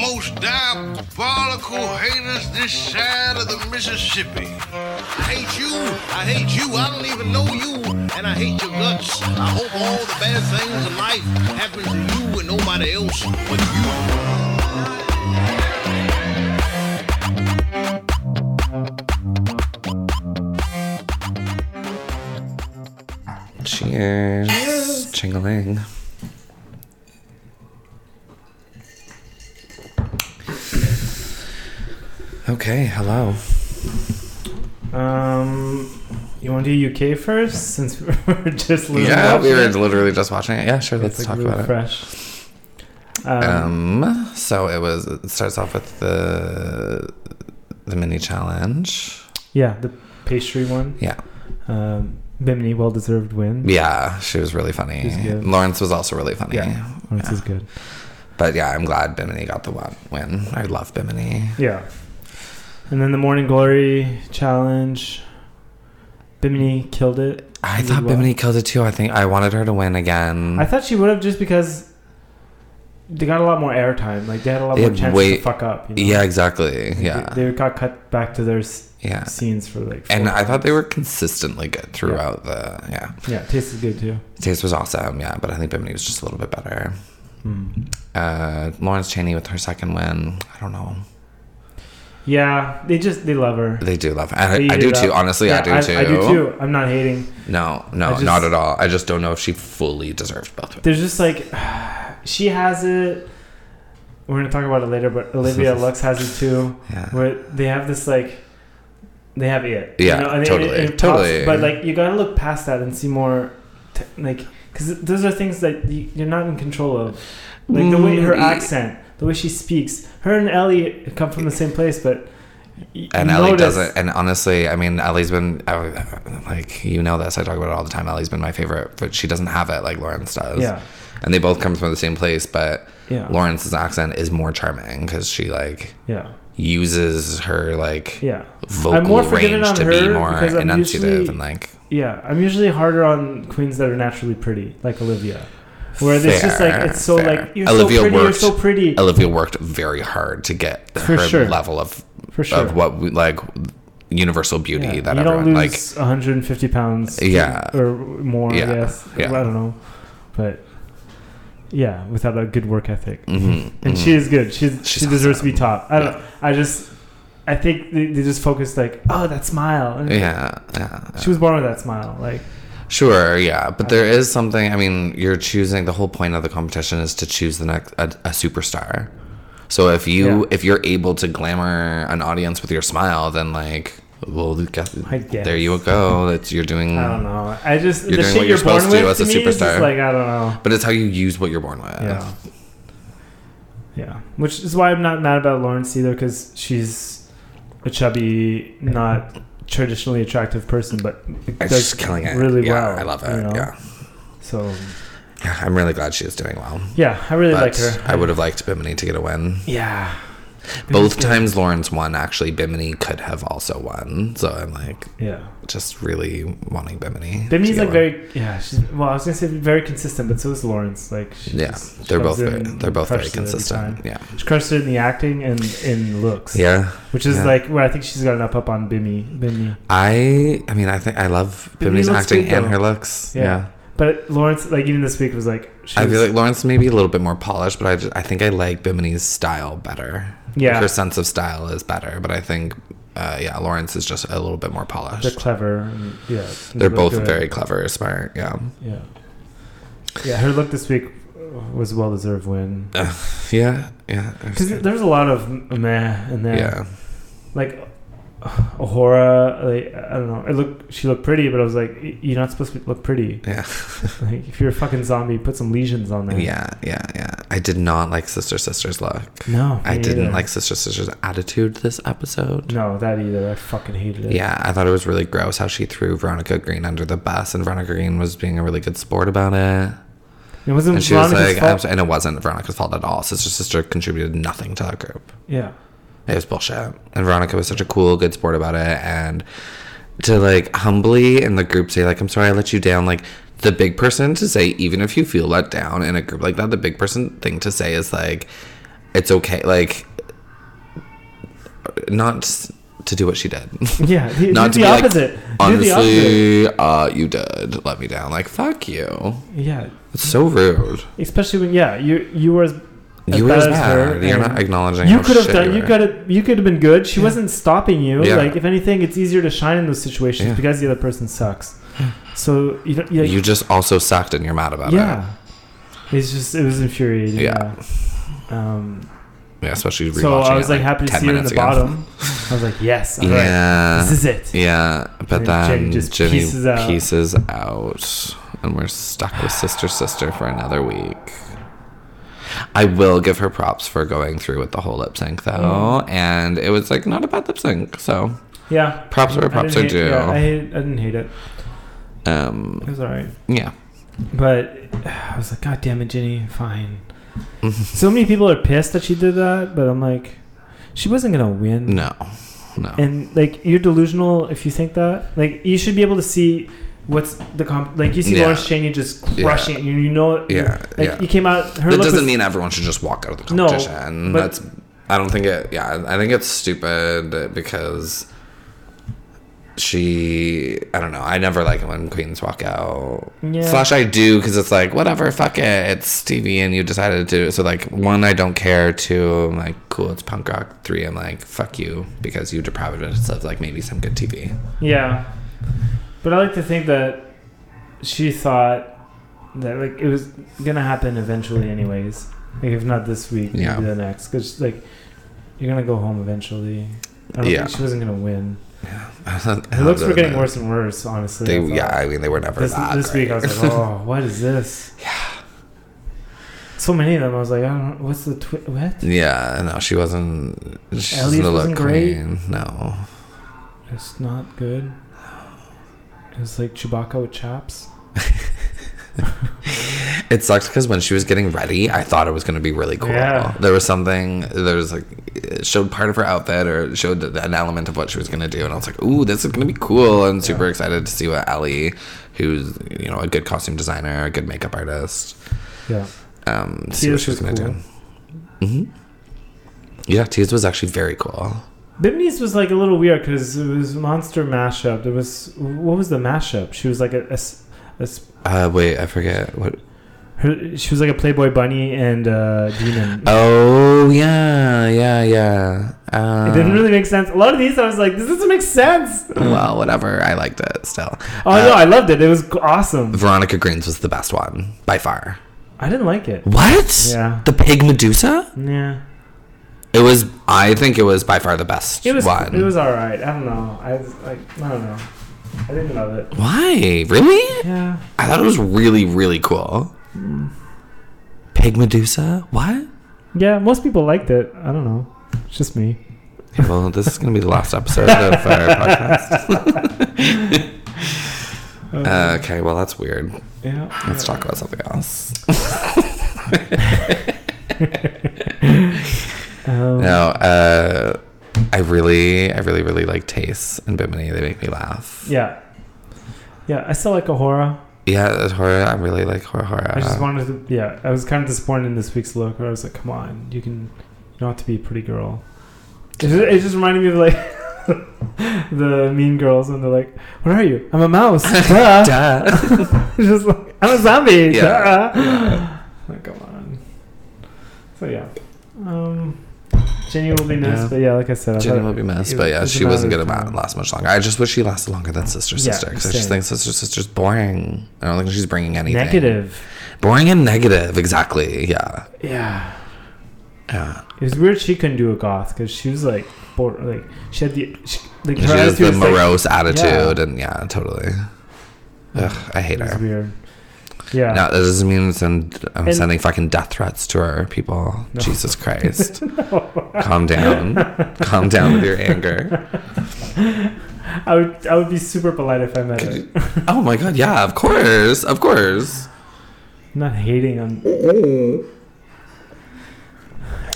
most diabolical haters this side of the Mississippi. I hate you. I hate you. I don't even know you. And I hate your guts. I hope all the bad things in life happen to you and nobody else but you. Cheers. Ching-a-ling. Okay, hello. Um, you want to do UK first since we're just literally Yeah, we were watching it? literally just watching it. Yeah, sure, let's It's, like, talk real about it. fresh. Um, Um, so it was it starts off with the the mini challenge. yeah, the pastry one. Yeah. Um, Bimini, well deserved win. Yeah, she was really funny. She's good. Lawrence was also really funny. Yeah. Lawrence is Yeah. good. But yeah, I'm glad Bimini got the one win. I love Bimini. Yeah. And then the Morning Glory challenge. Bimini killed it. I She did thought well. Bimini killed it too. I think I wanted her to win again. I thought she would have just because they got a lot more airtime. Like they had a lot They more had chances way- to fuck up. You know? yeah, exactly. Like, Yeah. They, they got cut back to their s- yeah. scenes for like. And four I thought they times. were consistently good throughout the yeah. Yeah, tasted good too. Taste was awesome, yeah, but I think Bimini was just a little bit better. Mm. Uh Lawrence Cheney with her second win. I don't know. Yeah, they just they love her. They do love and They I, I eat do it too. up. Honestly, Yeah, I do too. I do too. I'm not hating. No, no, I just- not at all. I just don't know if she fully deserved both wins. There's just like she has it. We're gonna talk about it later, but Olivia Lux has it too. Yeah. Where they have this like, they have it. Yeah, totally, totally. But like, you gotta look past that and see more, t- like, because those are things that you, you're not in control of. Like the way her Mm, y- accent, the way she speaks. Her and Ellie come from the same place, but y- And you Ellie notice- doesn't. And honestly, I mean, Ellie's been I- like you know this. I talk about it all the time. Ellie's been my favorite, but she doesn't have it like Lawrence does. Yeah, And they both come from the same place, but yeah, Lawrence's accent is more charming because she like yeah, uses her like yeah. vocal more forgiving range on to be her more because I'm enunciative usually- and like Yeah, I'm usually harder on queens that are naturally pretty, like Olivia. Where it's just like Fair, it's so fair. like you're Olivia so pretty, worked- you're so pretty Olivia worked very hard to get For her sure. level of for sure. of what we, like universal beauty Yeah, that you everyone don't like. lose 150 pounds, to- Yeah. or more. Yeah, I guess yeah. I don't know, but yeah, without a good work ethic, Mhm, and mhm. she is good. She's, she She's deserves to be awesome. top. I don't. Yeah. I just I think they, they just focused like oh that smile. And Yeah, yeah. she was born with that smile. Like Sure, yeah, but there is something. I mean, you're choosing. The whole point of the competition is to choose the next a, a superstar. So if you Yeah. if you're able to glamour an audience with your smile, then like, well, guess, I guess. there you go. That's you're doing. I don't know. I just Mm. You're the doing shit what you're you're born supposed with to as a me is just superstar. like I don't know. But it's how you use what you're born with. Yeah. Yeah. Which is why I'm not mad about Lawrence either, because she's a chubby, not traditionally attractive person, but It's does just killing it. really yeah, well. I love it. you know? Yeah. So, yeah, I'm really glad she's doing well. yeah, I really but liked her. I would have liked Bimini to get a win. Yeah. Both Yeah. times Lawrence won, actually, Bimini could have also won. So I'm like Yeah. just really wanting Bimini. to Bimini's get like one. very, yeah, she's, well, I was going to say very consistent, but so is Lawrence. Like, she's, Yeah, she they're both comes in very, and they're both very crushes it every consistent. time. Yeah, She crushed it in the acting and in looks. yeah. Which is Yeah. like where I think she's gotten up up on Bimini. Bimini. I I mean I think I love Bimini Bimini's looks acting good, and though. her looks. Yeah. Yeah. But Lawrence, like even this week, was like she I feel was- like Lawrence may be a little bit more polished, but I just, I think I like Bimini's style better. Yeah. her sense of style is better, but I think uh, yeah, Lawrence is just a little bit more polished. they're They're, clever. And, yeah, they look both good. very clever, smart. Yeah, Yeah, yeah. Her look this week was a well deserved win yeah, yeah. I because understand. there was a lot of meh in there. Yeah, like Ahura. Like I don't know. It looked she looked pretty, but I was like, "Y- you're not supposed to look pretty. yeah, Like if you're a fucking zombie, put some lesions on there. yeah, yeah, yeah. I did not like Sister Sister's look. No, me I didn't either. like Sister Sister's attitude this episode. No, that either. I fucking hated it. Yeah, I thought it was really gross how she threw Veronica Green under the bus, and Veronica Green was being a really good sport about it. it wasn't. And she was Veronica's like, fault. I'm sorry- and it wasn't Veronica's fault at all. Sister Sister contributed nothing to that group. yeah, It was bullshit. And Veronica was such a cool, good sport about it. And to like humbly in the group say, like, I'm sorry I let you down, like, the big person to say, even if you feel let down in a group like that, the big person thing to say is like, it's okay. Like, not s- to do what she did. Yeah, do, not do the opposite. do the opposite. honestly, uh, you did let me down. Like, fuck you. Yeah, It's so rude. especially when yeah you you were as, as you were bad as as her, bad. You're and not acknowledging. you how could have shit done you were. could have you could have been good. She Yeah. wasn't stopping you. Yeah. Like if anything, it's easier to shine in those situations Yeah. because the other person sucks. So you don't. Yeah, You just also sucked, and you're mad about it. yeah. It's just it was infuriating. Yeah. Yeah. Um, Yeah, especially rewatching so I was it, like happy to 10 see her in the minutes ago. bottom. I was like, yes, all right, Yeah. this is it. Yeah, but And then then Jimmy just Jimmy pieces out. pieces out, and we're stuck with Sister Sister for another week. I will give her props for going through with the whole lip sync though, Mm. and it was like not a bad lip sync. So Yeah. props where I props are didn't, hate, due. yeah, I, hate, I didn't hate it. It um, was all right. yeah, But I was like, God damn it, Ginny, fine. so many people are pissed that she did that, but I'm like, she wasn't gonna win. no, no, And like, you're delusional if you think that. Like, you should be able to see what's the comp. Like, you see Yeah. Lawrence Cheney just crushing, it, and you know, Yeah, like yeah. you came out. Her that look doesn't was- mean everyone should just walk out of the No, competition. but- That's I don't think it. Yeah, I think it's stupid because she. I don't know. I never like it when queens walk out. Yeah. Slash, I do because it's like whatever. Fuck it. It's TV, and you decided to do it. So like, one, I don't care. Two, I'm like, cool. It's punk rock. Three, I'm like, fuck you because you deprived us of like maybe some good TV. Yeah. But I like to think that she thought that like it was gonna happen eventually, anyways. Like if not this week, Yeah. maybe the next. Because like you're gonna go home eventually. I don't Yeah. think she wasn't gonna win. Her it looks were getting worse and worse, honestly. They, I thought. yeah, I mean, they were never This, that this week I great. was like, oh, what is this? Yeah. So many of them. I was like, I don't. know. What's the twi- what? Yeah, no, she wasn't. She Elise doesn't look wasn't great. clean. No, It's not good. It was like Chewbacca with chaps. it sucked because when she was getting ready, I thought it was gonna be really cool. Yeah. There was something. There was like it showed part of her outfit or showed an element of what she was gonna do, and I was like, "Ooh, this is gonna be cool!" And super excited to see what Ellie, who's you know a good costume designer, a good makeup artist, Yeah. um, see Tia what she was was gonna cool. do. hmm Yeah, Tia's was actually very cool. Bimini's was like a little weird because it was monster mashup. There was what was the mashup? She was like a, a s- a s- Uh, wait, I forget what. her, she was like a Playboy bunny and uh, demon. Oh yeah, yeah, yeah. Uh, it didn't really make sense. A lot of these, I was like, this doesn't make sense. Um, well, whatever. I liked it still. Oh Uh, no, I loved it. It was g- awesome. Veronica Green's was the best one by far. I didn't like it. What? Yeah. The pig Medusa? Yeah, It was. I think it was by far the best it was one. it was all right. I don't know. I was like I don't know. I didn't love it. Why? Really? Yeah, Mm. I thought it was really, really cool. Pig Medusa? What? yeah. Most people liked it. I don't know. It's just me. Okay, well, this is gonna be the last episode of our podcast. Uh-huh. Uh, okay, well that's weird. Yeah. Let's talk about something else. Um, No, uh, I really, I really, really like Taste and Bimini. They make me laugh. Yeah. Yeah, I still like a horror. Yeah, that's horror. I really like horror. horror. I just wanted to. Yeah, I was kind of disappointed in this week's look. Where I was like, "Come on, you can, you don't have to be a pretty girl." It just, it just reminded me of like the Mean Girls when they're like, "What are you? I'm a mouse." Duh. Duh. just like I'm a zombie. Yeah, Duh. yeah. Like, come on. So yeah, um, Jenny will be missed, Yeah. but yeah, like I said, I Jenny thought- will be missed, it but was- yeah, it's she a wasn't matter gonna of ma- time. last much longer. I just wish she lasted longer than Sister Yeah, Sister because I same. just think Sister Sister's boring. I don't think she's bringing anything. Negative. Boring and negative. Exactly. Yeah. Yeah. Yeah. It was weird she couldn't do a goth because she was like, bor- like she had the she, like her she has attitude the was, like- morose attitude, and yeah, totally. Ugh, I hate it was her. weird. Yeah, No, that doesn't mean send, I'm And- sending fucking death threats to our people. No. Jesus Christ. Calm down. Calm down with your anger. I would I would be super polite if I met her. Oh my god, yeah, of course. Of course. I'm not hating on.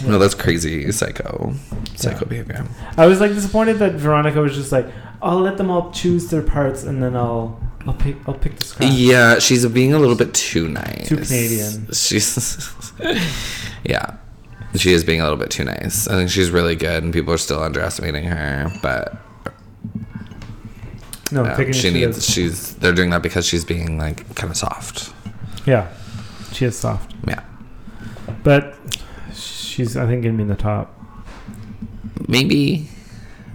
No, that's crazy psycho. Psycho behavior. I was like disappointed that Veronica was just like, I'll let them all choose their parts and then I'll I'll pick I'll pick this crap. Yeah, she's being a little bit too nice. Too Canadian. She's Yeah. she is being a little bit too nice. I think she's really good, and people are still underestimating her. But No, um, taking she needs. Is, She's. They're doing that because she's being like kind of soft. yeah, she is soft, Yeah. but she's I think gonna be in the top. Maybe.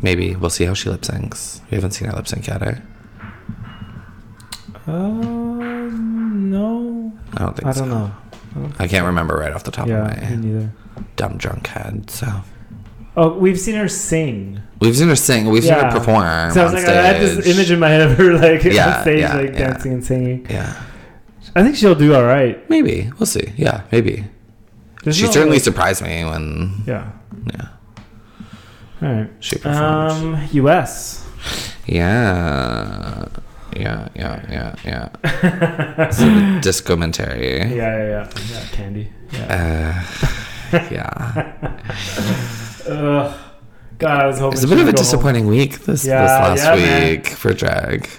Maybe we'll see how she lip syncs. We haven't seen her lip sync yet. Eh? Uh, Um, no, I don't think. I so. don't know. I can't remember right off the top of Yeah, me my neither. dumb drunk head. So Oh, we've seen her sing. we've seen her sing. We've seen Yeah. her perform. So I was on like, I had this stage. image in my head of her like Yeah, on stage, yeah, like yeah. dancing and singing. Yeah. I think she'll do all right. Maybe we'll see. Yeah. Maybe. There's she no, certainly like- surprised me when Yeah. yeah All right. she performed. Um, U.S. Yeah. Yeah, yeah, yeah, yeah. so the Yeah, discomentary. yeah, yeah. yeah candy. Yeah. Uh, yeah. Ugh. God, I was hoping It's a she bit of a would go home. disappointing week this, Yeah, this last yeah, man. week for drag.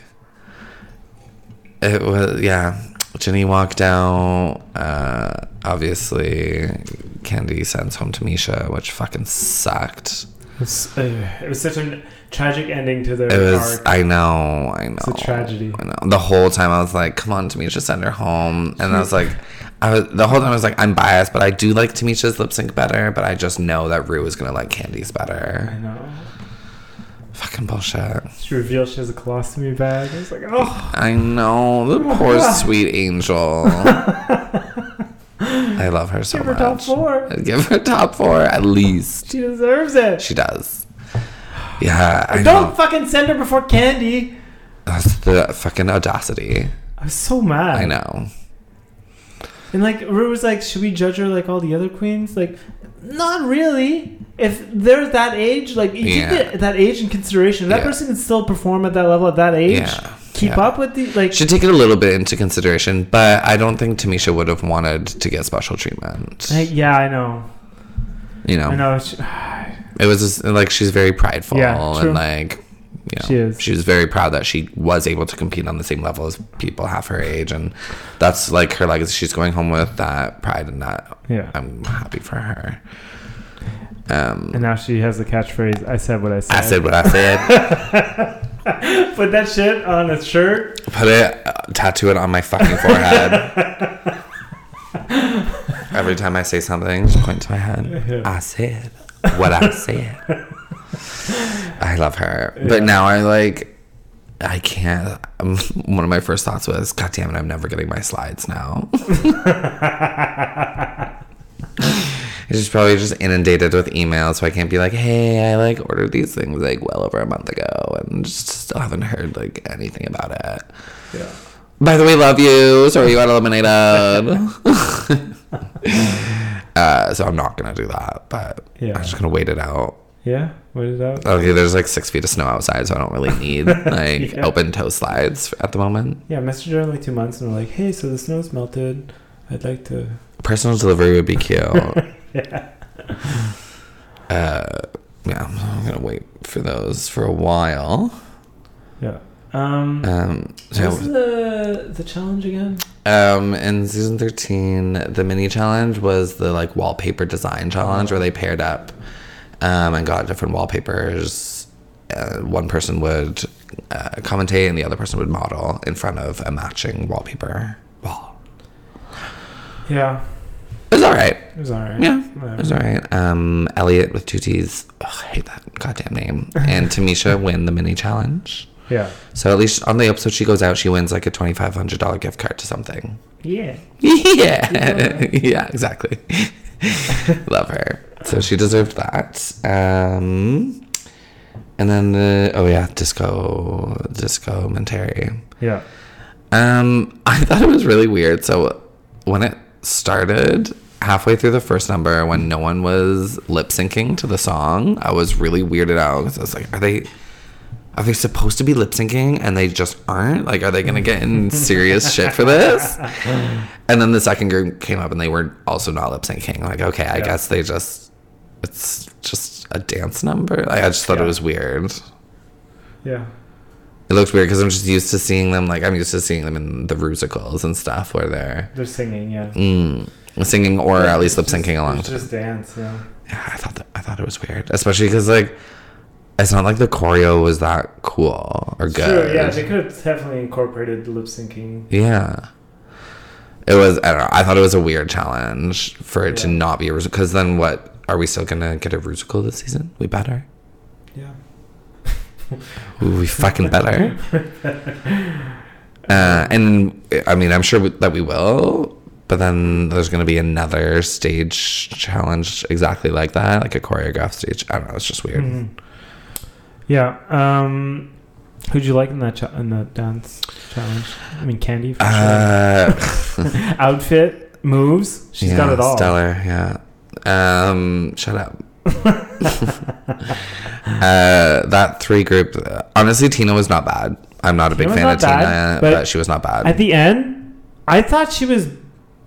It was, yeah. Jenny walked out. Uh, obviously, Candy sends home to Misha, which fucking sucked. It's, uh, it was such a tragic ending to their It was. arc. I know. I know. a tragedy. I know. The whole time I was like, "Come on, Tamisha, send her home." And I was like, I was the whole time I was like, "I'm biased, but I do like Tamisha's lip sync better." But I just know that Rue is gonna like Candy's I better. know. Fucking bullshit. She revealed she has a colostomy bag. I was like, oh. I know. The poor sweet angel. I love her so Give her much. top four. I'd give her top four at least. She deserves it. She does. Yeah, I Don't know. fucking send her before Candy. That's the fucking audacity. I was so mad. I know. And like Rue was like, should we judge her like all the other queens? Like, not really. If they're that age, like you Yeah. take that age in consideration. That Yeah. person can still perform at that level at that age. Yeah. Keep Yeah. up with the like. should take it a little bit into consideration, but I don't think Tamisha would have wanted to get special treatment. Hey, yeah, I know. you know, I know. She, it was just, like she's very prideful Yeah, true. and like, you know, She is. She was very proud that she was able to compete on the same level as people half her age, and that's like her legacy. She's going home with that pride and that. yeah. I'm happy for her. Um, and now she has the catchphrase. I said what I said. I said what I said. Put that shit on a shirt. Put it, uh, tattoo it on my fucking forehead. Every time I say something, just point to my head. I said what I said. I love her, but Yeah. now I like. I can't. Um, one of my first thoughts was, "God damn it, I'm never getting my slides now." She's probably just inundated with emails, so I can't be like, "Hey, I like ordered these things like well over a month ago, and just still haven't heard like anything about it." Yeah. By the way, love you. Sorry you got eliminated. uh, so I'm not gonna do that, but Yeah. I'm just gonna wait it out. Yeah. What is that? Okay, there's like six feet of snow outside, so I don't really need like Yeah. open toe slides at the moment. Yeah. Messaged her in like two months, and we're like, hey, so the snow's melted. I'd like to. Personal delivery would be cute. uh, Yeah. yeah, I'm gonna wait for those for a while. Yeah. Um. Um, What's so, the the challenge again? um, in season 13, the mini challenge was the like wallpaper design challenge where they paired up um, and got different wallpapers. Uh, one person would uh, commentate and the other person would model in front of a matching wallpaper wall. Yeah, It was all right. it was alright. Yeah, Whatever. it was all right. Um, Elliot with two T's. Ugh, I hate that goddamn name. And Tamisha win the mini challenge. Yeah. So at least on the episode she goes out, she wins like a twenty five hundred dollar gift card to something. Yeah. Yeah, yeah, exactly. Love her. So she deserved that. Um, and then the oh yeah, disco, disco Mentary. Yeah. Um, I thought it was really weird. So when it started, halfway through the first number, when no one was lip syncing to the song, I was really weirded out 'cause I was like, are they? Are they supposed to be lip syncing and they just aren't? Like, are they gonna get in serious shit for this? And then the second group came up and they were also not lip syncing. Like, okay, I Yeah. guess they just, it's just a dance number. Like, I just thought Yeah. it was weird. Yeah. It looks weird because I'm just used to seeing them. Like I'm used to seeing them in the musicals and stuff where they're. They're singing, yeah. Mm. singing or at least lip syncing along. It's To it. just dance, yeah. Yeah, I thought that, I thought it was weird, especially because like it's not like the choreo was that cool or good. True, yeah, they could have definitely incorporated lip syncing. Yeah. It was, I don't know. I thought it was a weird challenge for it to Yeah. not be a musical. Because then what? Are we still going to get a musical this season? We better. Yeah. Ooh, we fucking better. uh, and I mean, I'm sure that we will. But then there's going to be another stage challenge exactly like that, like a choreographed stage. I don't know. It's just weird. Mhm. Yeah. Um, who'd you like in that cha- in the dance challenge? I mean, Candy for Uh, sure. Outfit, moves. She's got yeah, it all. Stellar, yeah. Um, shut up. uh, that three group. Honestly, Tina was not bad. I'm not a big fan Tina was not of Tina, bad, but, but she was not bad. At the end, I thought she was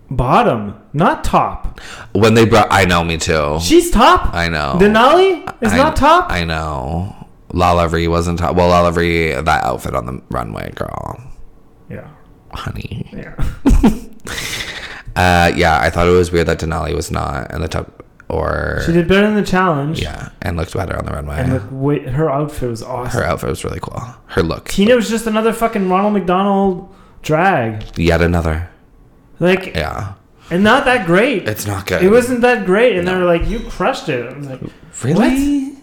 bottom, not top. when they brought, I know, me too. She's top. I know. Denali is I- not top. I know. Lala Ree wasn't top. Well, Lala Ree, that outfit on the runway, girl, yeah. honey. Yeah. Uh, yeah, I thought it was weird that Denali was not in the top, or She did better in the challenge. yeah, and looked better on the runway. And look, wait, her outfit was awesome. her outfit was really cool. Her look, Tina was just another fucking Ronald McDonald drag. yet another. Like, Yeah. and not that great. It's not good. It wasn't that great, and No. they were like, "You crushed it." I was like, really.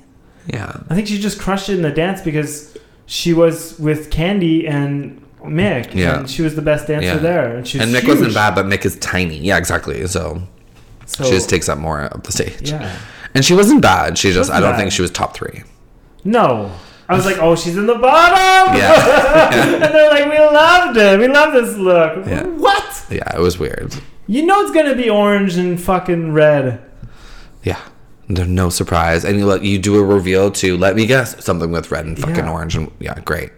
Yeah. I think she just crushed it in the dance because she was with Candy and Mick, Yeah. and she was the best dancer Yeah. there, and she was and Mick huge. wasn't bad, but Mick is tiny. Yeah, exactly. So, So, she just takes up more of the stage. yeah, And she wasn't bad. She just I wasn't don't bad. think she was top three. no. I was like, oh, she's in the bottom. Yeah. and they're like, we loved it. We love this look. Yeah. What? Yeah, it was weird. You know it's gonna be orange and fucking red. Yeah. There's no surprise. And you let you do a reveal to let me guess something with red and fucking Yeah. orange and yeah, great.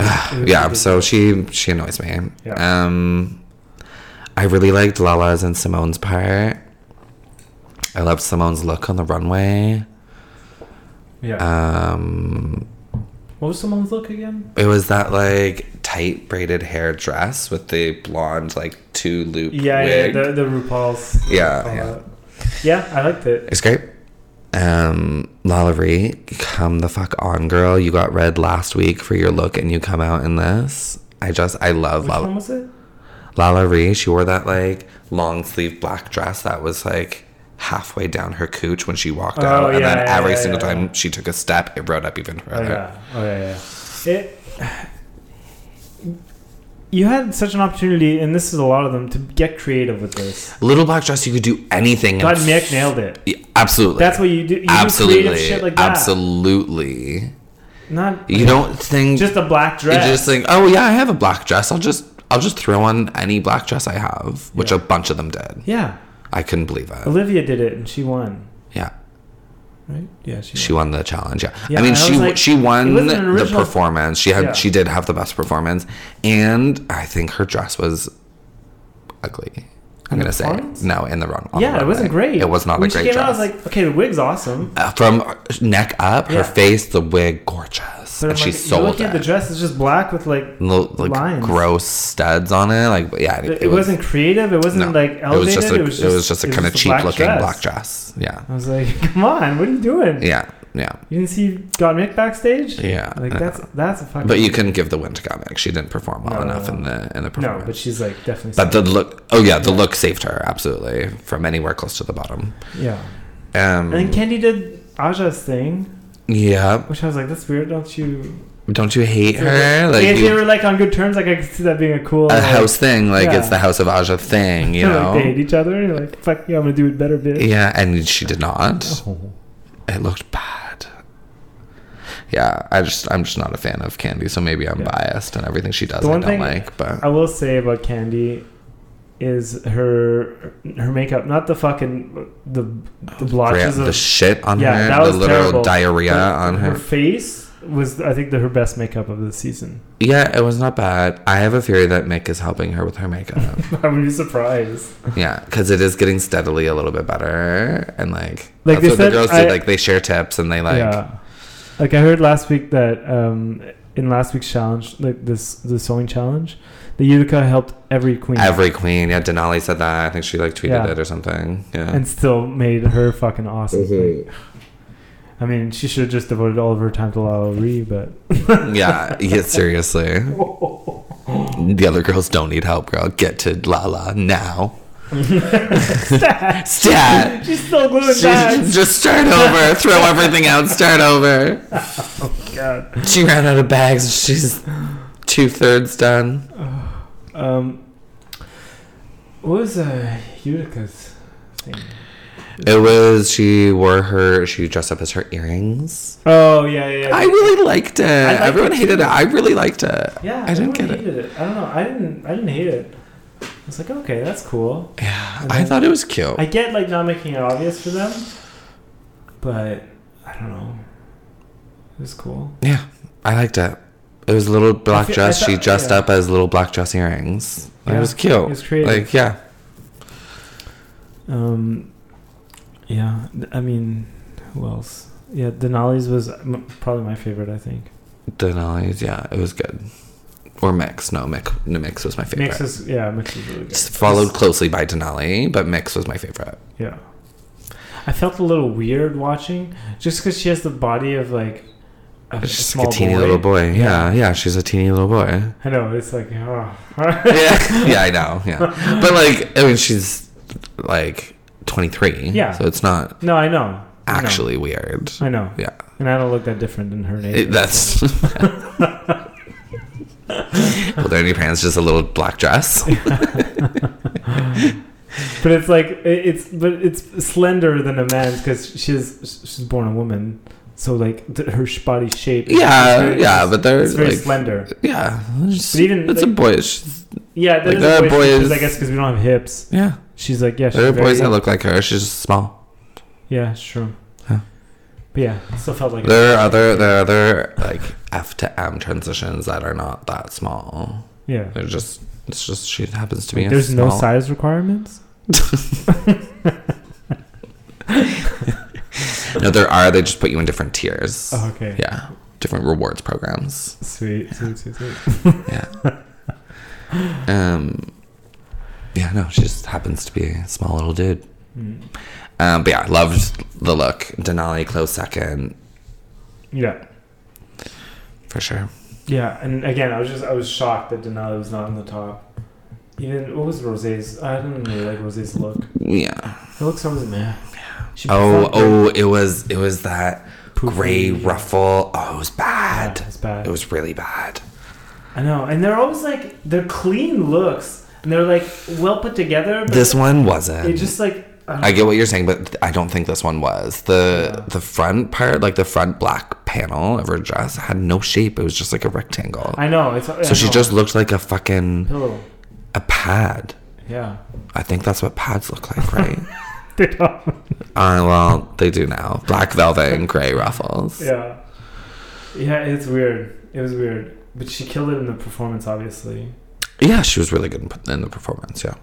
Ah, yeah, so she she annoys me. Yeah. Um I really liked Lala's and Simone's part. I loved Simone's look on the runway. Yeah. Uh, Um what was someone's look again? It was that like tight braided hair dress with the blonde like two loop Yeah, wig. yeah, the, the RuPaul's. Yeah, all yeah. that. yeah. I liked it. it's great. Um, Lala Ree, come the fuck on, girl. You got red last week for your look, and you come out in this. I just, I love Which one Lala. was it? Lala Ree. She wore that like long sleeve black dress that was like halfway down her cooch when she walked Oh, out, and yeah, then yeah, every yeah, single yeah. time she took a step, it rode up even Oh further. yeah. Oh yeah. yeah. It. You had such an opportunity, and this is a lot of them, to get creative with this. Little black dress, you could do anything. and God, f- Mick nailed it. Yeah, absolutely. That's what you do. You do absolutely, creative shit like that. absolutely. Not You don't think just a black you dress. just think, oh yeah, I have a black dress. I'll just I'll just throw on any black dress I have, which Yeah. a bunch of them did. yeah. I couldn't believe it. Olivia did it, and she won. Yeah, Right? Yeah, she. she won the challenge. Yeah, Yeah, I mean I she was like, she it won wasn't an the original- performance. She had Yeah. she did have the best performance, and I think her dress was ugly. I'm In the gonna say performance? no in the wrong. on the Yeah, it runway. wasn't great. It was not when a great she came dress. out, I was like, okay, the wig's awesome. Uh, From neck up, her Yeah. face, the wig, gorgeous, But and I'm she like, sold you're looking it. at the dress; it's just black with like. Little, like lines. gross studs on it, like but yeah, It, wasn't creative. It wasn't No. like elevated. It was just a, it was just a it kind of was a cheap black looking dress. black dress. Yeah. I was like, come on, what are you doing? Yeah. Yeah. You didn't see God Mick backstage? Yeah. Like that's that's a fucking. But you couldn't give the win to Comic. She didn't perform well No, no, enough no. in the in the No, performance. but she's like definitely. but the look oh yeah, the look saved her, absolutely. From anywhere close to the bottom. yeah. Um And then Candy did Aja's thing, Yeah. which I was like, that's weird. Don't you? Don't you hate her? Like Like if they you, were like on good terms, like I could see that being a cool. a like, house thing, like it's Yeah. the house of Aja thing, you kinda Like they know? hate each other. And you're like, fuck you, I'm gonna do it better, bitch. Yeah, and she did not. Oh. It looked bad. Yeah, I just I'm just not a fan of Candy, so maybe I'm Yeah. biased and everything she does The I one don't thing- like, but I will say about Candy is her her makeup, not the fucking the the blotches Ra- of the shit on Yeah, her, that was the literal terrible. diarrhea But on her. face was I think the, her best makeup of the season. Yeah, it was not bad. I have a theory that Mick is helping her with her makeup. I would be surprised. yeah, because it is getting steadily a little bit better, and like, that's Like they what said, the girls I- do. Like they share tips and they like, yeah. Like I heard last week that um in last week's challenge, like this the sewing challenge, the Utica helped every queen Every queen. Yeah, Denali said that. I think she like tweeted Yeah. it or something. Yeah. and still made her fucking awesome. Mm-hmm. Like, I mean, she should have just devoted all of her time to Lalo Ree, but yeah, yeah, seriously. The other girls don't need help, girl. Get to Lala now. Stat. she's still gluing bags. Just start over. Throw everything out. Start over. God. She ran out of bags. She's two thirds done. Um, what was uh, Utica's thing? It was she wore her. She dressed up as her earrings. Oh yeah, yeah. yeah. I really liked it. liked Everyone it hated too. it. I really liked it. yeah, I didn't get everyone it. hated I don't know. I didn't. I didn't hate it. I was like, okay, that's cool. Yeah, I thought it was cute. I get like not making it obvious for them, but I don't know. It was cool. Yeah, I liked it. It was a little black feel- I dress. she thought- dressed yeah. up as little black dress earrings. Yeah, It was cute. it was creative. Oh, Like yeah, Um, yeah. th- I mean, who else? Yeah, Denali's was m- probably my favorite. I think. Denali's. Yeah, it was good. Or Mix. No, Mix. No, Mix was my favorite. Mix is yeah. Mix is really good. Just followed closely by Denali, but Mix was my favorite. Yeah. I felt a little weird watching just because she has the body of like a, a She's just small like a teeny boy. little boy. Yeah, yeah, she's a teeny little boy. I know it's like oh. yeah, yeah, I know. Yeah, but like, I mean, she's like 23. Yeah. so it's not no, I know. I know. actually weird. I know. Yeah, And I don't look that different in her name. It- that's. well, there any pants, just a little black dress. but it's like it- it's but it's slender than a man's because she's she's born a woman, so like th- her sh- body shape. is Yeah, very- yeah, but they're it's very like, slender. yeah, it's, But even, it's a like- boyish. Yeah, that Like, is there are a boy shape, 'cause boys- I guess because we don't have hips. Yeah, She's like yeah, she's there are boys that very- look like her. She's just small. Yeah, it's true. Huh. But yeah, it still felt like a- There are other, there are other like F to M transitions that are not that small. yeah. They're just, it's just she happens to be. Like, a there's no small- size requirements. No, there are. They just put you in different tiers. Oh, okay. Yeah, different rewards programs. Sweet, sweet, sweet, sweet. Yeah. um. Yeah, no, she just happens to be a small little dude. Mm. Um, but yeah, loved the look. Denali close second Yeah, for sure. yeah. And again, I was just I was shocked that Denali was not on the top. Even what was Rose's? I didn't really like Rose's look. Yeah. Her looks always meh. She Oh, felt very oh, it was it was that poofy. gray ruffle. Oh, it was bad. Yeah, it's bad. It was really bad. I know, and they're always like they're clean looks, and they're like well put together. But This one they wasn't. just like I, I get what you're saying, but I don't think this one was the the front part, like the front black panel of her dress, had no shape. It was just like a rectangle. I know. It's, I so she know. just looked like a fucking pillow. a pad. Yeah. I think that's what pads look like, right? They don't. uh, well, they do now. Black velvet and gray ruffles. Yeah. Yeah, it's weird. It was weird, but she killed it in the performance, obviously. Yeah, she was really good in- in the performance. Yeah,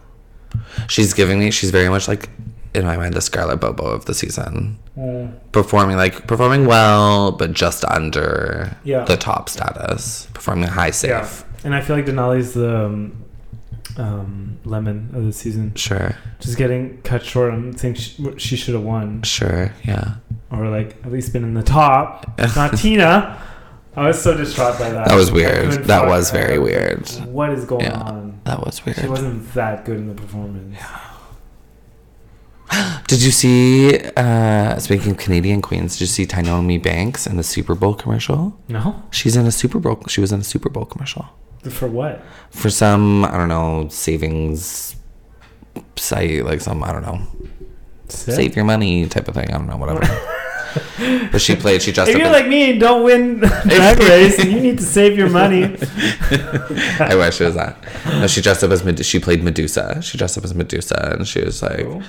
she's giving me. She's very much like in my mind the Scarlet Bobo of the season, Mm. performing like performing well, but just under Yeah. the top status, performing high safe. Yeah. And I feel like Denali's the um, um, lemon of the season, Sure, just getting cut short on things she, she should have won, sure, yeah. or like at least been in the top. Not Tina. I was so distraught by that. That was I weird. couldn't That fuck- was I very was like, weird. What is going Yeah. on? That was She weird. wasn't that good in the performance. Yeah. Did you see? uh Speaking of Canadian queens, did you see Tainomi Banks in the Super Bowl commercial? No. She's in a Super Bowl. She was in a Super Bowl commercial. For what? for some I don't know savings site like some I don't know Sick. save your money type of thing I don't know whatever. but she played. She dressed If up. you're in- like me and don't win that race, you need to save your money. I wish it was that. No, she dressed up as Med- she played Medusa. She dressed up as Medusa, and she was like, Cool.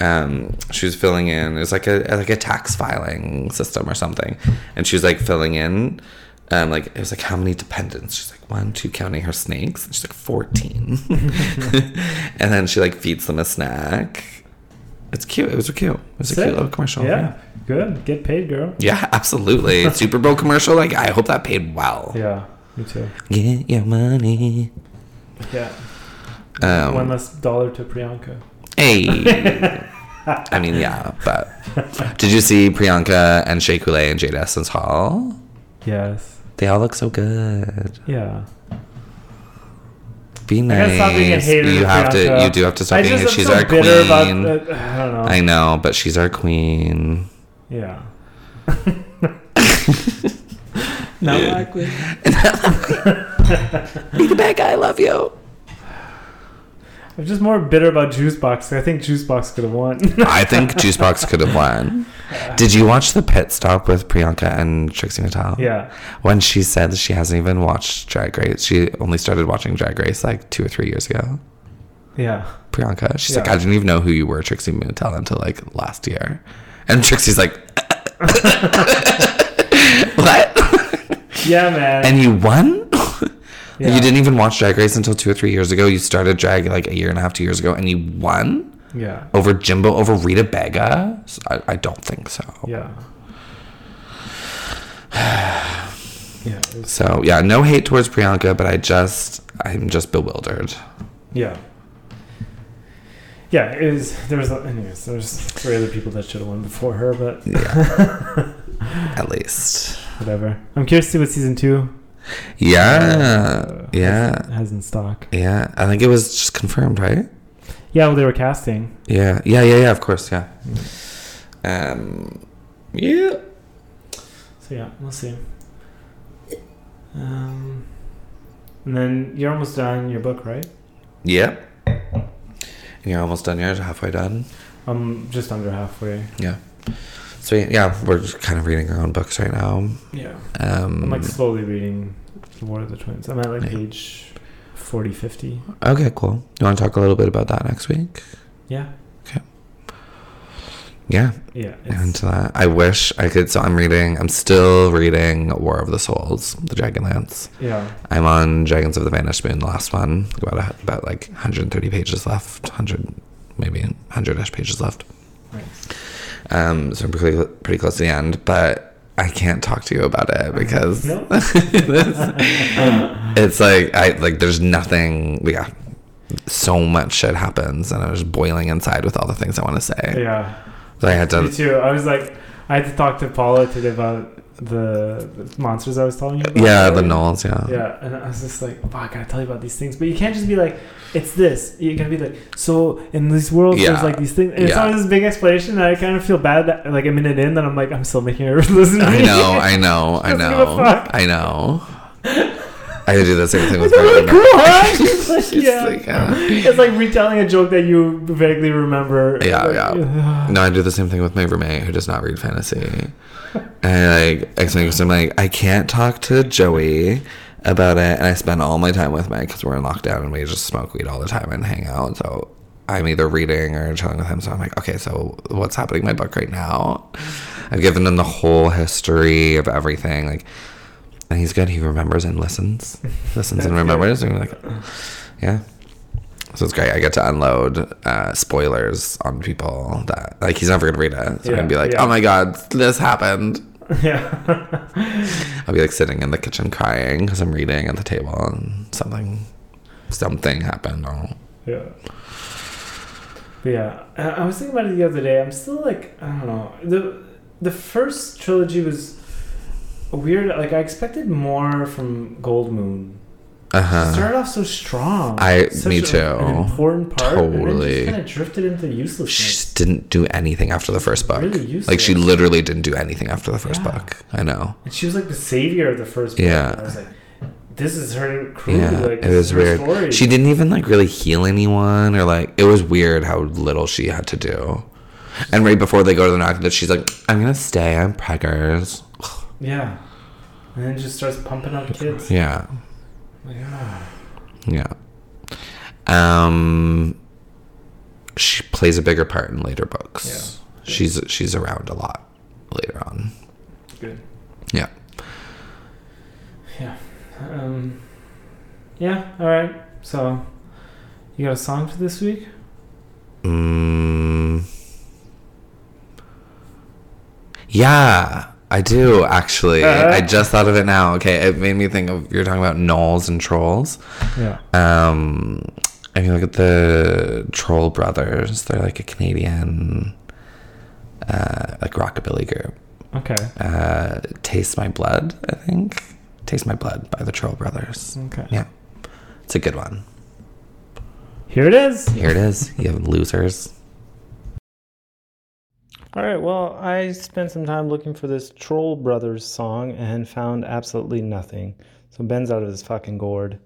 um, she was filling in. It was like a like a tax filing system or something, and she was like filling in. Um, like it was like how many dependents? She's like one, two, counting her snakes. And she's like fourteen, and then she like feeds them a snack, It's cute. It was cute. It Oh, was a Sick. cute little commercial. Yeah, good. Get paid, girl. Yeah, absolutely. Super Bowl commercial. Like, I hope that paid well. Yeah, me too. Get your money. Yeah, Um, one less dollar to Priyanka. Hey. I mean, yeah, but did you see Priyanka and Shea Coulee and Jade Essence Hall? Yes. They all look so good. Yeah. Be I gotta nice. stop being a hater. you to have to. Priyanka. You do have to stop I being. just a- am She's so our queen. bitter About the, I don't know. I know, but she's our queen. yeah. Not likely. Be the bad guy. I love you. I'm just more bitter about Juicebox. I think Juicebox could have won. I think Juicebox could have won. Did you watch the pit stop with Priyanka and Trixie Mattel? yeah. When she said that she hasn't even watched Drag Race, she only started watching Drag Race like two or three years ago. Yeah. Priyanka. She's like, Yeah. I didn't even know who you were, Trixie Mattel, until like last year. And Trixie's like, what? Yeah, man. and you won? Yeah. You didn't even watch Drag Race until two or three years ago. You started drag like a year and a half, two years ago, and you won yeah. over Jimbo, over Rita Bega. So I, I don't think so. Yeah. Yeah. it was- So yeah, no hate towards Priyanka, but I just, I'm just bewildered. Yeah. Yeah, it was. There was, anyways, there's three other people that should have won before her, but At least, whatever. I'm curious to see what season two yeah, yeah, has in stock. yeah. I think it was just confirmed, right? Yeah, well, they were casting. Yeah, yeah, yeah, yeah. Of course, yeah. Um, yeah. So yeah, we'll see. Um, and then you're almost done your book, right? Yep. And you're almost done yours. Halfway done. I'm just under halfway. Yeah. So yeah, we're just kind of reading our own books right now. Yeah. Mm. Um, I'm like slowly reading War of the Twins. I'm at like Yeah. page 40, 50. okay, cool. You want to talk a little bit about that next week? Yeah. Yeah, Yeah. and It's, that I wish I could. So I'm reading. I'm still reading War of the Souls, the Dragonlance. yeah. I'm on Dragons of the Vanished Moon, the last one. About a, about like 130 pages left. 100, maybe 100-ish pages left. Nice. Um, so I'm pretty, pretty close to the end, but I can't talk to you about it because No. it's like I like there's nothing. Yeah, so much shit happens, and I was boiling inside with all the things I want to say. yeah. So I had Me to. too. I was like, I had to talk to Paula today about the, the monsters I was telling you about. Yeah, the earlier. Knowles. Yeah. Yeah, and I was just like, "Fuck, I gotta tell you about these things." But you can't just be like, "It's this." You gotta be like, "So in these worlds, Yeah. there's like these things." And It's Yeah. always this big explanation, and I kind of feel bad. That, like a minute in, that I'm like, "I'm still making her listen." To I me. know. I know. I Doesn't give a know. fuck. I know. I do the same thing with It's really Bernard. cool, huh? It's like, She's yeah. like, uh, yeah. It's like retelling a joke that you vaguely remember. Yeah, Like, yeah. No, I do the same thing with my roommate who does not read fantasy. And I like explain because I'm like, I can't talk to Joey about it, and I spend all my time with Mike because we're in lockdown and we just smoke weed all the time and hang out. So I'm either reading or chilling with him. So I'm like, okay, so what's happening in my book right now? I've given him the whole history of everything, like, and he's good. He remembers and listens, listens and That's good. remembers. And I'm like, yeah. So it's great. I get to unload uh, spoilers on people that like he's never gonna read it. So I'm Yeah, gonna be like, yeah. oh my god, this happened. yeah. I'll be like sitting in the kitchen crying because I'm reading at the table and something, something happened. Oh, Yeah. But yeah, I, I was thinking about it the other day. I'm still like, I don't know. The the first trilogy was weird. Like I expected more from Gold Moon. uh It huh. started off so strong. I- Such me a- too. An important part. Totally. kind of drifted into She uselessness. just didn't do anything after the first book. Really useless. like she literally didn't do anything after the first Yeah. book. I know. And she was like the savior of the first. book. Yeah. I was like, this is her crew. yeah, like, it this is was her weird. Story. She didn't even like really heal anyone, or like it was weird how little she had to do. And right before they go to the doctor, she's like, "I'm gonna stay. I'm preggers." Yeah. And then just starts pumping out kids. Yeah, Like, ah. yeah. Um, she plays a bigger part in later books. She's she's around a lot later on. Good. Yeah. Yeah. Um, yeah. All right. So, you got a song for this week? Mm, Yeah, I do actually. I just thought of it now. Okay, it made me think of you're talking about gnolls and trolls. Yeah. Um, if you look at the Troll Brothers, they're like a Canadian, uh, like rockabilly group. Okay. Uh, Taste My Blood, I think. Taste My Blood by the Troll Brothers. Okay. Yeah, it's a good one. Here it is. Here it is. You have losers. All right, well, I spent some time looking for this Troll Brothers song and found absolutely nothing. So Ben's out of his fucking gourd.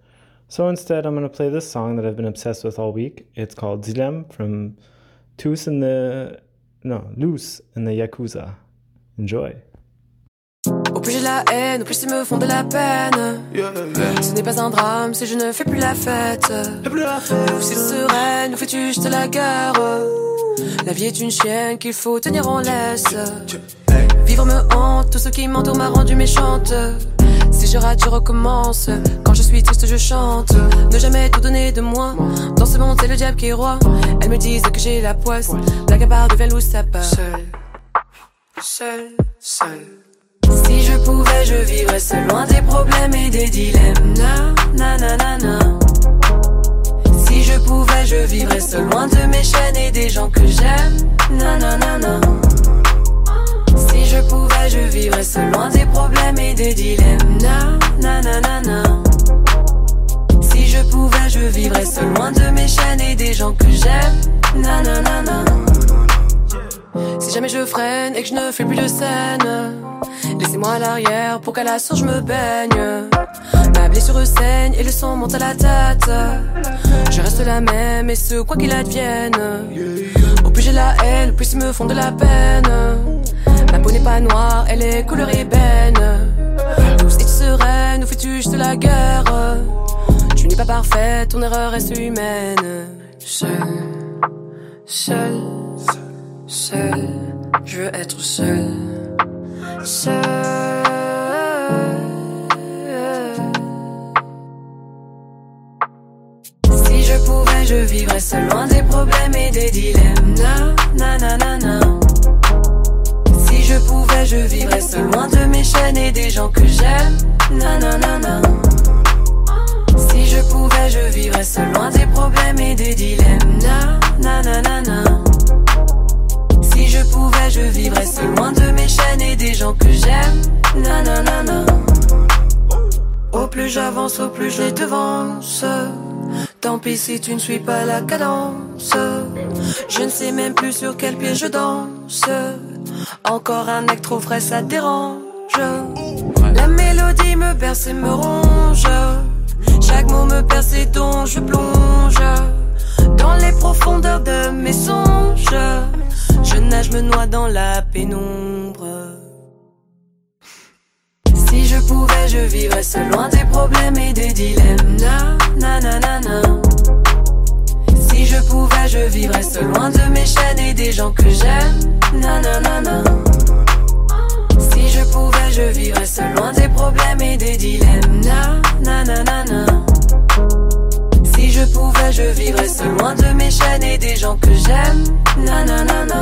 So instead, I'm going to play this song that I've been obsessed with all week. It's called Zilem from Tus in the. No, Loose in the Yakuza. Enjoy. Au plus j'ai de la haine, au plus ils me font de la peine. Ce n'est pas un drame si je ne fais plus la fête. Ou si sereine, ou fais-tu juste la guerre. La vie est une chienne qu'il faut tenir en laisse. Vivre me hante, tout ce qui m'entoure m'a rendu méchante. Si je rate, je recommence. Quand je suis triste, je chante. Ne jamais tout donner de moi. Dans ce monde, c'est le diable qui est roi. Elles me disent que j'ai la poisse. La gabarre devient loup, ça part. Seul, seul, seul. Si je pouvais, je vivrais seul loin des problèmes et des dilemmes. Na, na, na, na, na. Si je pouvais, je vivrais seul loin de mes chaînes et des gens que j'aime. Na, na, na, na. Si je pouvais, je vivrais seul loin des problèmes et des dilemmes. Na, na, na, na, na. Si je pouvais, je vivrais seul loin de mes chaînes et des gens que j'aime. Na, na, na, na. Si jamais je freine et que je ne fais plus de scène, laissez-moi à l'arrière pour qu'à la source je me baigne. Ma blessure saigne et le sang monte à la tête. Je reste la même et ce quoi qu'il advienne. Au plus j'ai la haine, au plus ils me font de la peine. Ma peau n'est pas noire, elle est couleur ébène. Douce et sereine, nous fais-tu juste la guerre Tu n'es pas parfaite, ton erreur reste humaine. Seul, seul. Seul, je veux être seul. Seul. Si je pouvais, je vivrais seul loin des problèmes et des dilemmes. Na, na, na, na, na. Si je pouvais, je vivrais seul loin de mes chaînes et des gens que j'aime. Na, na, na, na. Si je pouvais, je vivrais seul loin des problèmes et des dilemmes. Na, na, na, na, na. Si je pouvais, je vivrais seul loin de mes chaînes et des gens que j'aime. Nanana. Au plus j'avance, au plus je les devance. Tant pis si tu ne suis pas la cadence. Je ne sais même plus sur quel pied je danse. Encore un acte trop frais, ça dérange. La mélodie me berce et me ronge. Chaque mot me perce et dont je plonge. Dans les profondeurs de mes songes. Je nage, me noie dans la pénombre. Si je pouvais, je vivrais seul loin des problèmes et des dilemmes. Na, na, na, na, na. Si je pouvais, je vivrais seul loin de mes chaînes et des gens que j'aime. Na, na, na, na. Si je pouvais, je vivrais seul loin des problèmes et des dilemmes. Na, na, na, na, na. Si je pouvais, je vivrais seul loin de mes chaînes et des gens que j'aime. Na, na, na, na.